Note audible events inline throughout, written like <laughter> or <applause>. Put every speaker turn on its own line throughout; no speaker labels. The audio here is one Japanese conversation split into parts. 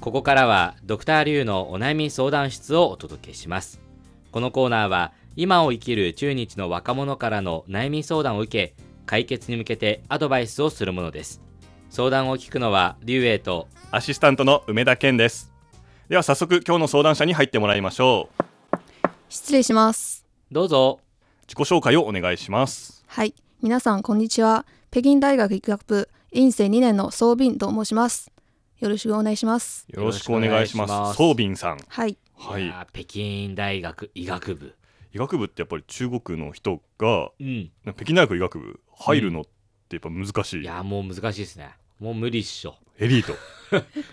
ここからはドクターリュウのお悩み相談室をお届けしますこのコーナーは今を生きる中日の若者からの悩み相談を受け解決に向けてアドバイスをするものです相談を聞くのはリュウエイと
アシスタントの梅田健ですでは早速今日の相談者に入ってもらいましょう
失礼します
どうぞ
自己紹介をお願いします
はい皆さんこんにちは北京大学医学部院生2年の総便と申しますよろしくお願いします
よろしくお願いします
よろしくお願いします
ソービンさん
はい
はい
やー北京大学医学部
医学部ってやっぱり中国の人が
うん
北京大学医学部入るのってやっぱ難しい、
いやーもう難しいですねもう無理っしょ
エリ
<laughs>
ート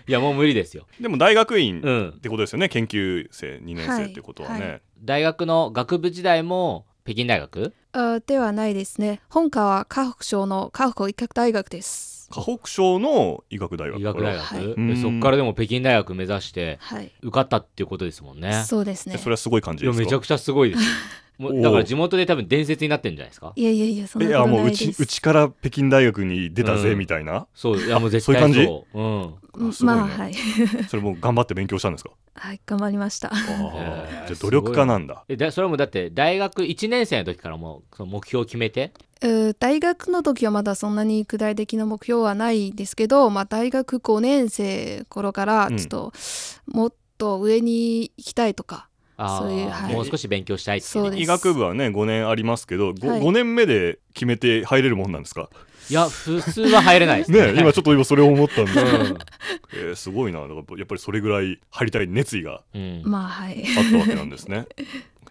いやもう無理ですよ
でも大学院
う
っ
ん
てことですよね、研究生2年生ってことはね、
はいは
大学の学部時代も北京大学
あではないですね本科は河北省の河北医学大学です
河北省の医学大学
医
から
学大学、
はい
うん
でそっからでも北京大学目指して
はい
受かったっていうことですもんね
そうです
え
ね
それはすごい感
い
じ
や
ですか
めちゃくちゃすごい
<laughs>
ですよもうだから地元で多分伝説になってるんじゃないですか
いやいやいやそん
い
な
や
こと
もう
な
う
い
ち
です
うちから北京大学に出たぜ
うん
みたいな、
そういやもう絶対
そういう感じ
ううん
うん
あすごいね
まあはい <laughs>
それも頑張って勉強したんですか
はい頑張りました
あー
えー
じゃあ努力家なんだ
えだそれもだって大学1年生の時からもうその目標を決めて
うー大学の時はまだそんなに具体的な目標はないですけど、まあ、大学5年生頃から
うん
ちょっと、もっと上に行きたいとか
あー
そういうはい
もう少し勉強したいってい
そうです
医学部はね5年ありますけど 5,、
はい
五年目で決めて入れるもんなんですか
いや普通は入れないです
ね
ね
今ちょっと今それを思ったんですけど、
うん
えーすごいなだからやっぱりそれぐらい入りたい熱意が
うん
まあはい <laughs>
あったわけなんですね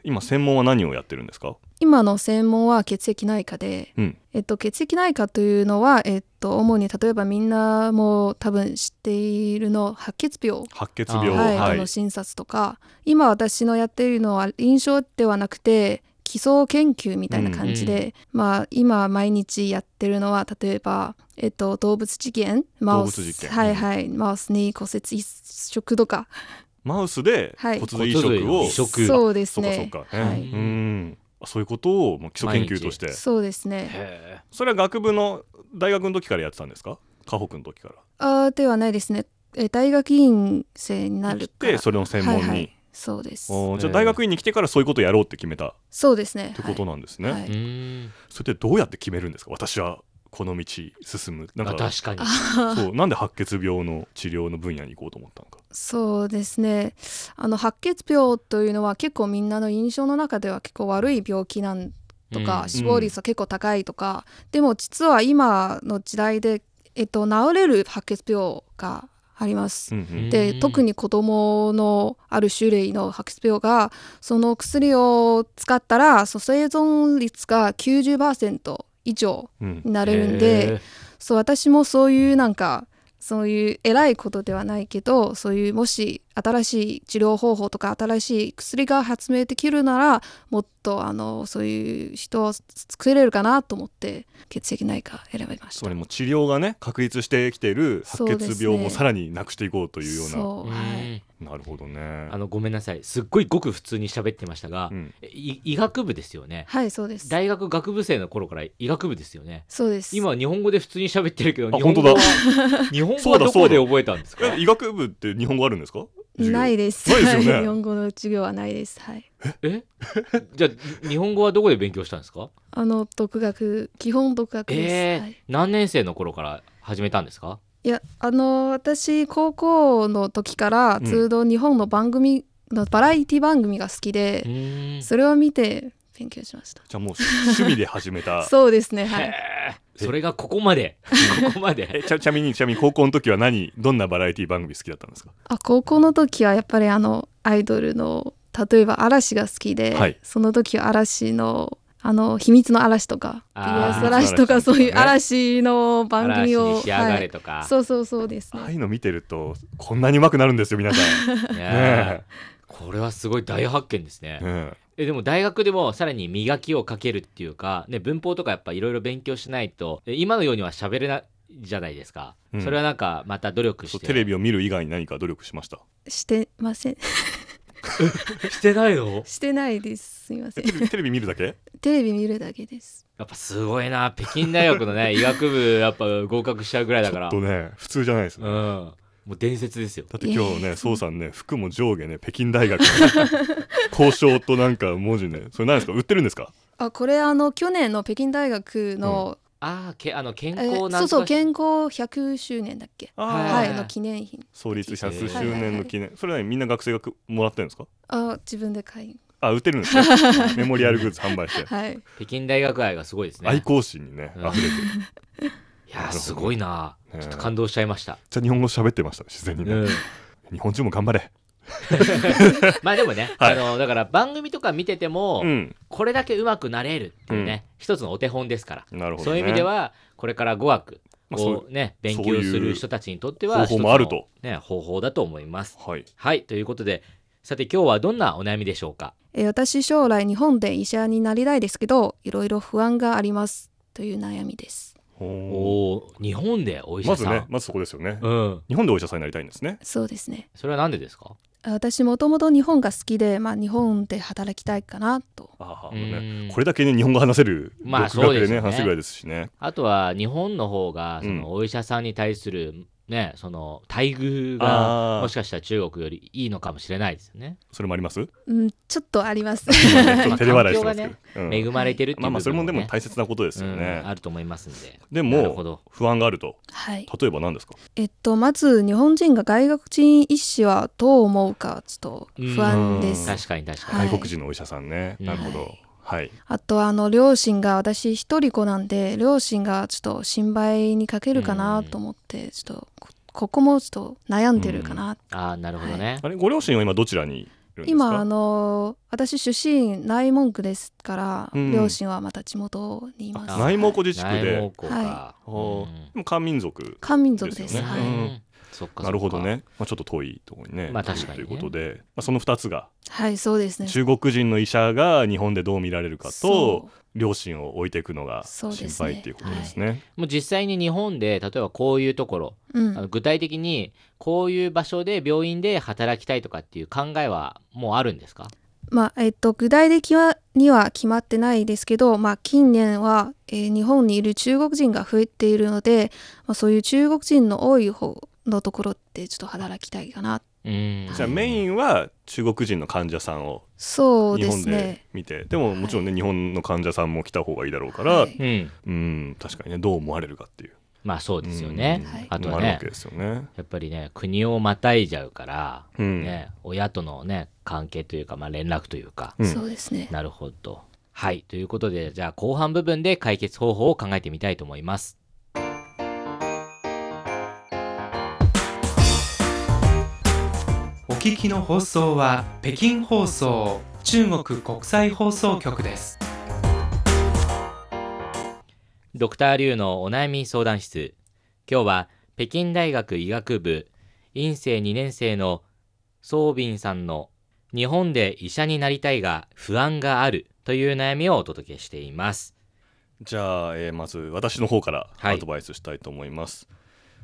今専門は何をやってるんですか
今の専門は血液内科で、
うん
えっと、血液内科というのは、えっと、主に例えばみんなも多分知っているの白血病、
白血病
あー
はい
は
あ
い
の診察とか今私のやっているのは臨床ではなくて基礎研究みたいな感じで、まあ、今毎日やってるのは例えば、えっと、動物実験マウ
動物
ス
実験
はいはい、マウスに骨折移植とか、
マウスで
はい
骨髄移植を、
移植
そうです
そうかそう
ね
か、
はい
ねうんそういうことをもう基礎研究として
そうですね
へ
それは学部の大学の時からやってたんですか河北の時から
あーではないですね。え大学院生になるから。
でそれの専門に、
はいはいそうです。
おーじゃあ
えー
大学院に来てからそういうことをやろうって決めたっ
そうですね。
てこと
はい
なんですね、
はい
えうーん
それでどうやって決めるんですか私はこの道進むなん
あ
か
確かに
<laughs> そうなんで白血病の治療の分野に行こうと思ったの
<laughs>
か
そうですね。あの白血病というのは結構みんなの印象の中では結構悪い病気なんとか、
うん
死亡率は結構高いとか、でも実は今の時代でえっと治れる白血病があります。
うんうん
で
うん
特に子供のある種類の白血病がその薬を使ったらそう生存率が90%以上
うん
になれるんで、そう私もそういうなんかそういう偉いことではないけどそういうもし新しい治療方法とか新しい薬が発明できるならもっとあのそういう人を作れるかなと思って血液内科選びまし
そ
た
れ。もう治療がね確立してきている
そう
白
ですね
血病もさらになくしていこうというような
そううは
ー
い
ん
なるほどね
あのごめんなさいすっごいごく普通に喋ってましたが、
うん
えい医学部ですよね
はいそうです
大学学部生の頃から医学部ですよね
そうです
今日本語で普通に喋ってるけど
あ
日本語は
<laughs>
日本語はどこで覚えたんですか
<laughs> え医学部って日本語あるんですか授業
ないです。
ないですよね
日本語の授業はないです。はい。
えじゃあ日本語はどこで勉強したんですか
あの独学基本独学です。
えー
はい、
何年生の頃から始めたんですか
いやあの私高校の時から
うん
ずっと日本の番組、のバラエティ番組が好き
う
で、
ーん
それを見て勉強しました。
じゃあもう趣味で始めた
<laughs> そうですねはい。
へーそれがここま
<laughs>
でここまで
えちゃちなみにちなみに高校の時は何どんなバラエティ番組好きだったんですか
あ高校の時はやっぱりあのアイドルの例えば嵐が好きで、
はい
その時は嵐のあの秘密の嵐とか
あー
TBS 嵐とか
秘密の嵐とか
そう
ね
いう嵐の番組
嵐
を
に仕上がれ
は
とか、
い、そうそうそうですね
ああいうの見てるとこんなに上手くなるんですよ皆さ
<laughs>
ん
ね
ね
えこれはすごい大発見ですね
え、うん
えでも大学でもさらに磨きをかけるっていうか、ね、文法とかやっぱいろいろ勉強しないとえ今のようには喋れないじゃないですか、
うん
それはなんかまた努力
そ
し
う
て
テレビを見る以外に何か努力しました
してません
<laughs>
<laughs>
してないの
してないですすみませ
え
ん
テレビテレビ見るだけ
テレビ見るだけです
やっぱすごい <laughs> な北京大学のね医学部やっぱ合格しちゃうぐらいだ
ち
か
ょ
ら
っとね普通じゃないですね
うんもう伝説ですよ
だって今日
いや
ね、そうさんね、服も上下ね、北京大学
<laughs>
の交渉となんか文字ね、それ何ですか、売ってるんですか。
あこれあの去年の北京大学の、
ああけあの健康
え
なんとか
そうそう健康100周年だっけ
あ
ー
ー
はいの記念品
創立100周年の記念、それはみんな学生がくもらってるんですか。
あ自分で買い
あ、売ってるんですね。メモリアルグッズ販売
<laughs>
して、
はい
北京大学愛がすごいですね
愛好心にね、
うん
溢れてる。
いやーすごいな
ねえ
ちょっと感動しちゃいました、
じゃあ日本語喋ってましたね、自然にね。
うん
日本人も頑張れ。
<laughs> まあでもね、
はい
あのだから番組とか見てても、
うん、
これだけ上手くなれるっていうね、一つのお手本ですから、
なるほ
そ
ど、ね。
ういう意味で、はこれから語学
まあそう
をね、勉
そう
強
いう
する人たちにとっては
方法もある
一つ
と
のね、方法だと思います。
はい。
はいということでさて今日はどんなお悩みでしょうか
えー私将来日本で医者になりたいですけどいろいろ不安がありますという悩みです
お
おー日本でお医
ま
者
ず
さん、
ね、まずそこですよね。
うん、
日本でお医者さんになりたいんですね。
そうですね
それは何でですか
あ私もともと日本が好きで、まあ、日本で働きたいかなと
ああ、
うん
ね、これだけね、日本語話せる、
まあ
独
そう
学で
ですよね
ね、話せるぐらいですしね。
あとは日本の方がそ
うん
のお医者さんに対する、ねその待遇が
あー
もしかしたら中国よりいいのかもしれないですよね。
それもあり
<laughs>
<laughs> ます。ち
うんちょっとあります
ょ
<laughs>
っと照れ笑いしてますけ
環境
ど。うん
恵まれてるっていう
まあまあ、それもでも
部分
大切なことですよ
もね
ね
うん。あると思いますんで。
で
なるほ
も、
ど。
不安があると、
はい
例えば何ですか。
えっとまず日本人が外国人医師はどう思うかちょっと不安で
うん
す
確かに確かに。
はい
外国人のお医者さんね。
うん
なるほど。はい。
あとあの両親が私一人子なんで両親がちょっと心配にかけるかなと思ってちょっとこここもちょっと悩んでるかな、
ああなるほどね。
あれ、ご両親は今どちらにいるんですか。
今あの私出身内蒙古ですから、
うん
両親はまた地元にいます
あ
内蒙古自治区で
内蒙古か。
あー
うん
でも漢民族。
漢民族です
ですよね
は
う
い、
ん
うん
そっかそっか
なるほど。ね。まあ、ちょっと遠いところにね。
まあ確かにね
いるということで、まあ、その二つが。
はい、そうですね
中国人の医者が日本でどう見られるか
そ
と
う
両親を置いていくのが
そ
心
うですね
配っていうことですね。
もう実際に日本で例えばこういうところ、
うん
あの具体的にこういう場所で病院で働きたいとかっていう考えはもうあるんですか？
まあえっと、具体的はには決まってないですけど、まあ、近年は、えー日本にいる中国人が増えているので、まあ、そういう中国人の多い方のところでちょっと働きたいかな
うん。
じゃあメインは中国人の患者さんを
そう
日
で
本
すね
で見てで,、ももちろんね日本の患者さんも来た方がいいだろうから、
はい
うん。
うん確かにねどう思われるかっていう
まあそうですよね
うん
はい。
あと
の
は
もあるわ
ね
け、ですよね。
やっぱりね、国をまたいじゃうから、
うん
ね、親とのね、関係というか、まあ連絡というか。
うん
そうですね
なるほど。はい。ということで、じゃあ後半部分で解決方法を考えてみたいと思います。
お聞きの放送は北京放送中国国際放送局です。
ドクターリュウのお悩み相談室。今日は北京大学医学部院生2年生のソービンさんの日本で医者になりたいが不安があるという悩みをお届けしています。
じゃあ、えーまず私の方から
はい
アドバイスしたいと思います。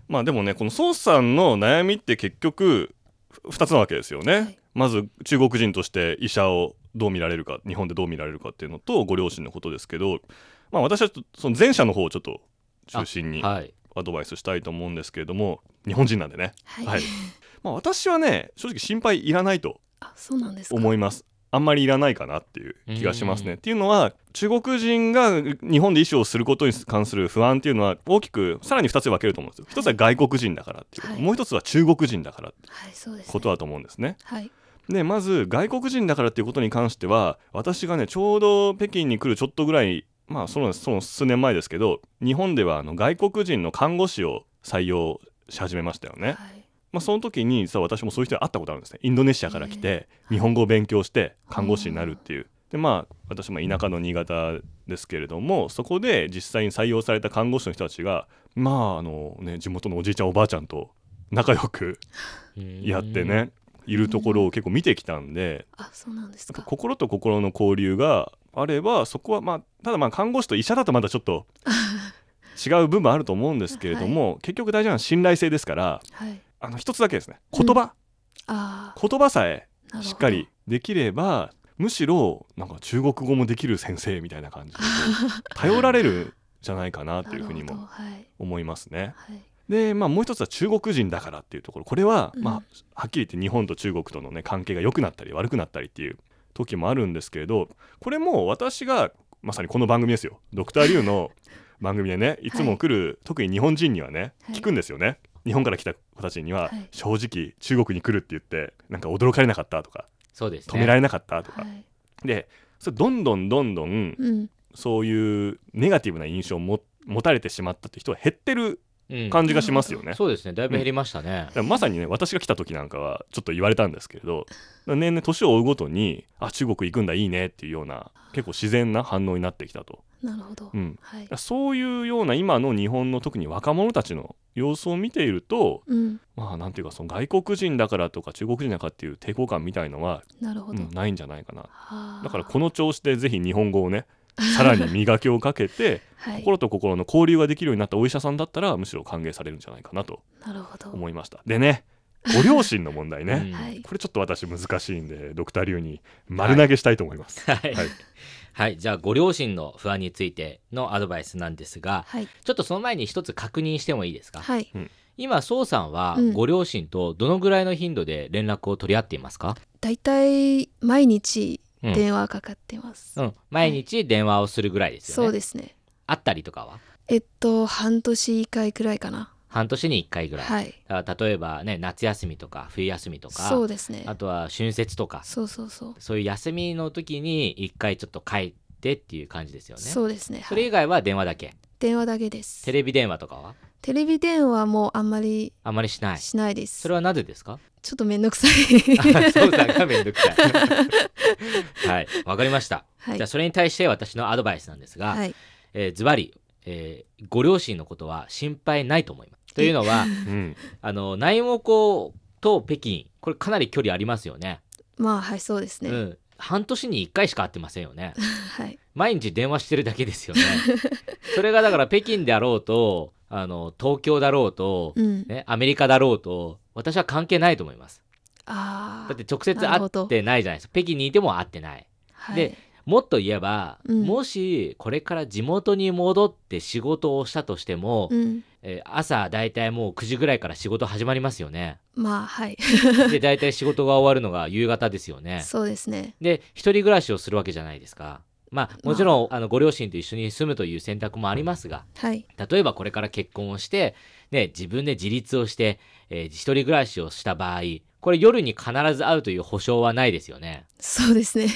まあでもねこの孫さんの悩みって結局2つなわけですよね。
はい
まず中国人として医者をどう見られるか日本でどう見られるかっていうのとご両親のことですけど、まあ、私はちょっとその前者の方をちょっと中心にア
はい。
ドバイスしたいと思うんですけれども日本人なんでね、
はい、
はいまあ、私はね正直心配いらないと
あそうなんですか
思いますあんまりいらないかなっていう気がします
う
ね。っていうのは中国人が日本で医師をすることに関する不安っていうのは大きくさらに2つに分けると思うんですよ。一つは外国人だからっていうこと、
はい
もう一つは中国人だからって
はいそうです、ね、
ことだと思うんですね。
はい
でまず外国人だからっていうことに関しては私がねちょうど北京に来るちょっとぐらいまあそのその数年前ですけど日本ではあの外国人の看護師を採用し始めましたよね。
はい
まあ、その時にさ私もそういう人に会ったことあるんですねインドネシアから来て
え
日本語を勉強して看護師になるっていう。でまあ私も田舎の新潟ですけれどもそこで実際に採用された看護師の人たちがまああのね地元のおじいちゃんおばあちゃんと仲良くやってねいるところを結構見てきたんで
あそうなんです
やっぱ
か
心と心の交流があればそこはまあただまあ看護師と医者だとまだちょっ <laughs> と違う部分あると思うんですけれども、結局大事なのは信頼性ですから
はい
あの一つだけですね
うん
言葉、
あ
言葉さえ
あなるほど
しっかりできればむしろなんか中国語もできる先生みたいな
<laughs>
感じでこう頼られるんじゃないかなというふうに
なる
も
ほどはい
思いますね。
はい
で、まあ、もう一つは中国人だからっていうところこれは、
うん
まあ、はっきり言って日本と中国との、ね、関係が良くなったり悪くなったりっていう時もあるんですけれどこれも私がまさにこの番組ですよドクター・リュウの番組でねいつも来る、特に日本人にはね
はい
聞くんですよね。日本から来た子たちには、
はい
正直中国に来るって言ってなんか驚かれなかったとか
そうです
止
ね。
められなかったとか、
はい
でそれどんどんどんどん
うん
そういうネガティブな印象をも持たれてしまったって人は減ってる
うん
感じがしますよね。
そうですね。だいぶ減りましたね
だ。からまさにね私が来た時なんかはちょっと言われたんですけれど年々年を追うごとにあ中国行くんだいいねっていうような結構自然な反応になってきたと、
なるほど、
うん、
はい、
そういうような今の日本の特に若者たちの様子を見ていると
うん、
まあなんていうかその外国人だからとか中国人だからっていう抵抗感みたいのは、
なるほ
う
ど、
ん、ないんじゃないかな
はあ
だからこの調子でぜひ日本語をねさらに磨きをかけて
<laughs> はい
心と心の交流ができるようになったお医者さんだったらむしろ歓迎されるんじゃないかなと
なるほど、
思いました。でねご両親の問題ね、
うん
はい
これちょっと私難しいんでドクター流に丸投げしたいと思います、
<laughs>
はい
はい。
はい。じゃあ、ご両親の不安についてのアドバイスなんですが、
はい
ちょっとその前に一つ確認してもいいですか
はい
今、宋さんは
うん
ご両親とどのぐらいの頻度で連絡を取り合っていますか、
だいたい毎日
うん
電話かかってます、
うん、毎日電話をするぐらいですよね。
そうですね
会ったりとかは
えっと半年以下くらいかな
半年に1回ぐらい。
はい
だから例えばね、夏休みとか冬休みとか、
そうですね
あとは春節とか、
そうそうそう、
そういう休みの時に1回ちょっと帰ってっていう感じですよね。
そうですね、は
それ以
い、
外は電話だけ。
電話だけです
テ
テレ
レビ電話とかは
ビ電話もあんまり
あまりしない。
しないです、
それはなぜ
<laughs>
ですか
ちょっとめんどくさい
あそうさんがめんどくさい。はい、わかりました。
<laughs> はい
じゃあそれに対して私のアドバイスなんですが、
はい
えーズバリ、えーご両親のことは心配ないと思います。というの
<laughs>
は、
うん
あの内蒙古と北京、これかなり距離ありますよね。
まあはいそうですね、
うん、半年に1回しか会ってませんよね。
<laughs> はい
毎日電話してるだけ
<laughs>
ですよね。それがだから北京であろうと、あの東京だろうと、
うん、
ね、アメリカだろうと、私は関係ないと思います。
あ
だっ
あ
て直接会ってないじゃないですか北京にいても会ってない
は
で
い
もっと言えば、
うん
もしこれから地元に戻って仕事をしたとしても、
うん
えー朝だいたいもう9時ぐらいから仕事始まりますよね
まあはい
でだいたい仕事が終わるのが夕方ですよね
<laughs> そうですね
で一人暮らしをするわけじゃないですかまあもちろん、あのご両親と一緒に住むという選択もありますが
はい
例えばこれから結婚をして、ね、自分で自立をして、えー一人暮らしをした場合これ夜に必ず会うという保証はないですよ
<laughs>
ね
そうですね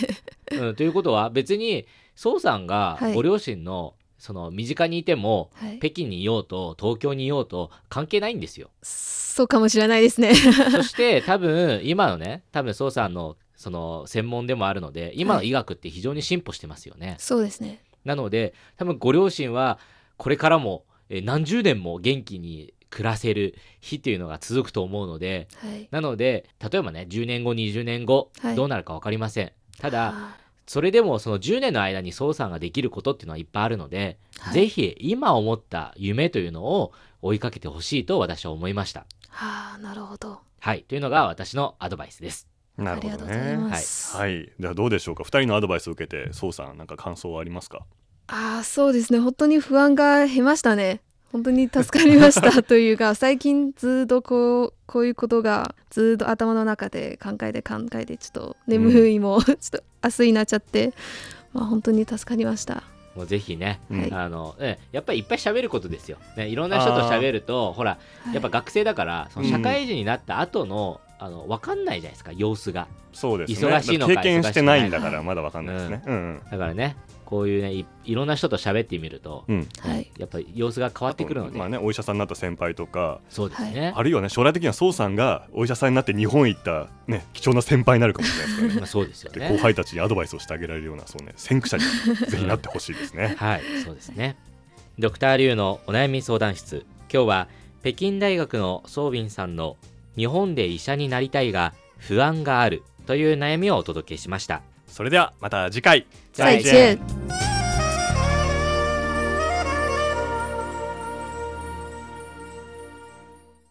うん、ということは別に宋さんが
はい
ご両親のその身近にいても、
はい
北京にいようと東京にいようと関係ないんですよ。
そうかもしれないですね <laughs>
そして多分今のね多分宋さんのその専門でもあるので今の医学って非常に進歩してますよね。
そうですね
なので多分ご両親はこれからもえー何十年も元気に暮らせる日っていうのが続くと思うので
はい
なので例えばね10年後20年後、
はい
どうなるか分かりません。ただ、
あ
それでもその10年の間に宋さんができることっていうのはいっぱいあるので、
ーはい
ぜひ今思った夢というのを追いかけてほしいと私は思いました。
はあなるほど
はい。というのが私のアドバイスです。
な
あ
る
り
ほ
が
ど
とうござい
ね
ます、
はいじゃあどうでしょうか二人のアドバイスを受けてそうさんなんか感想はありますか
ああそうですね本当に不安が減りましたね本当に助かりましたという
<laughs>
か最近ずっとこうこういうことがずっと頭の中で考えて考えてちょっと眠い <laughs> も、ちょっと明日になっちゃってまあ本当に助かりました
もうぜひね、
うん
はい
あの、ね、やっぱりいっぱい喋ることですよ。ね、いろんな人と喋ると、ほら、
はい
やっぱ学生だから、その社会人になった後の、あの、わかんないじゃないですか、様子が。
そうですね
忙しいのか
だら経験してないんだか
忙しくないの
ら
か
まだわかんないですね、うんうん
だからね、こういうね、いいろんな人と喋ってみると、
うん
はい
やっぱり様子が変わってくるので、
まあね、お医者さんになった先輩とか
そうですね。
あるいはね将来的には宋さんがお医者さんになって日本行った、ね、貴重な先輩になるかもしれないで
<laughs>
すからね
まあそうですよ
で
ね。
<laughs> 後輩たちにアドバイスをしてあげられるようなそうね先駆者にぜひなってほしいです
<laughs>
ね。
はい、そうですね。ドクターリュウのお悩み相談室。今日は北京大学のソービンさんの日本で医者になりたいが不安があるという悩みをお届けしました。
それではまた次回
再见
再见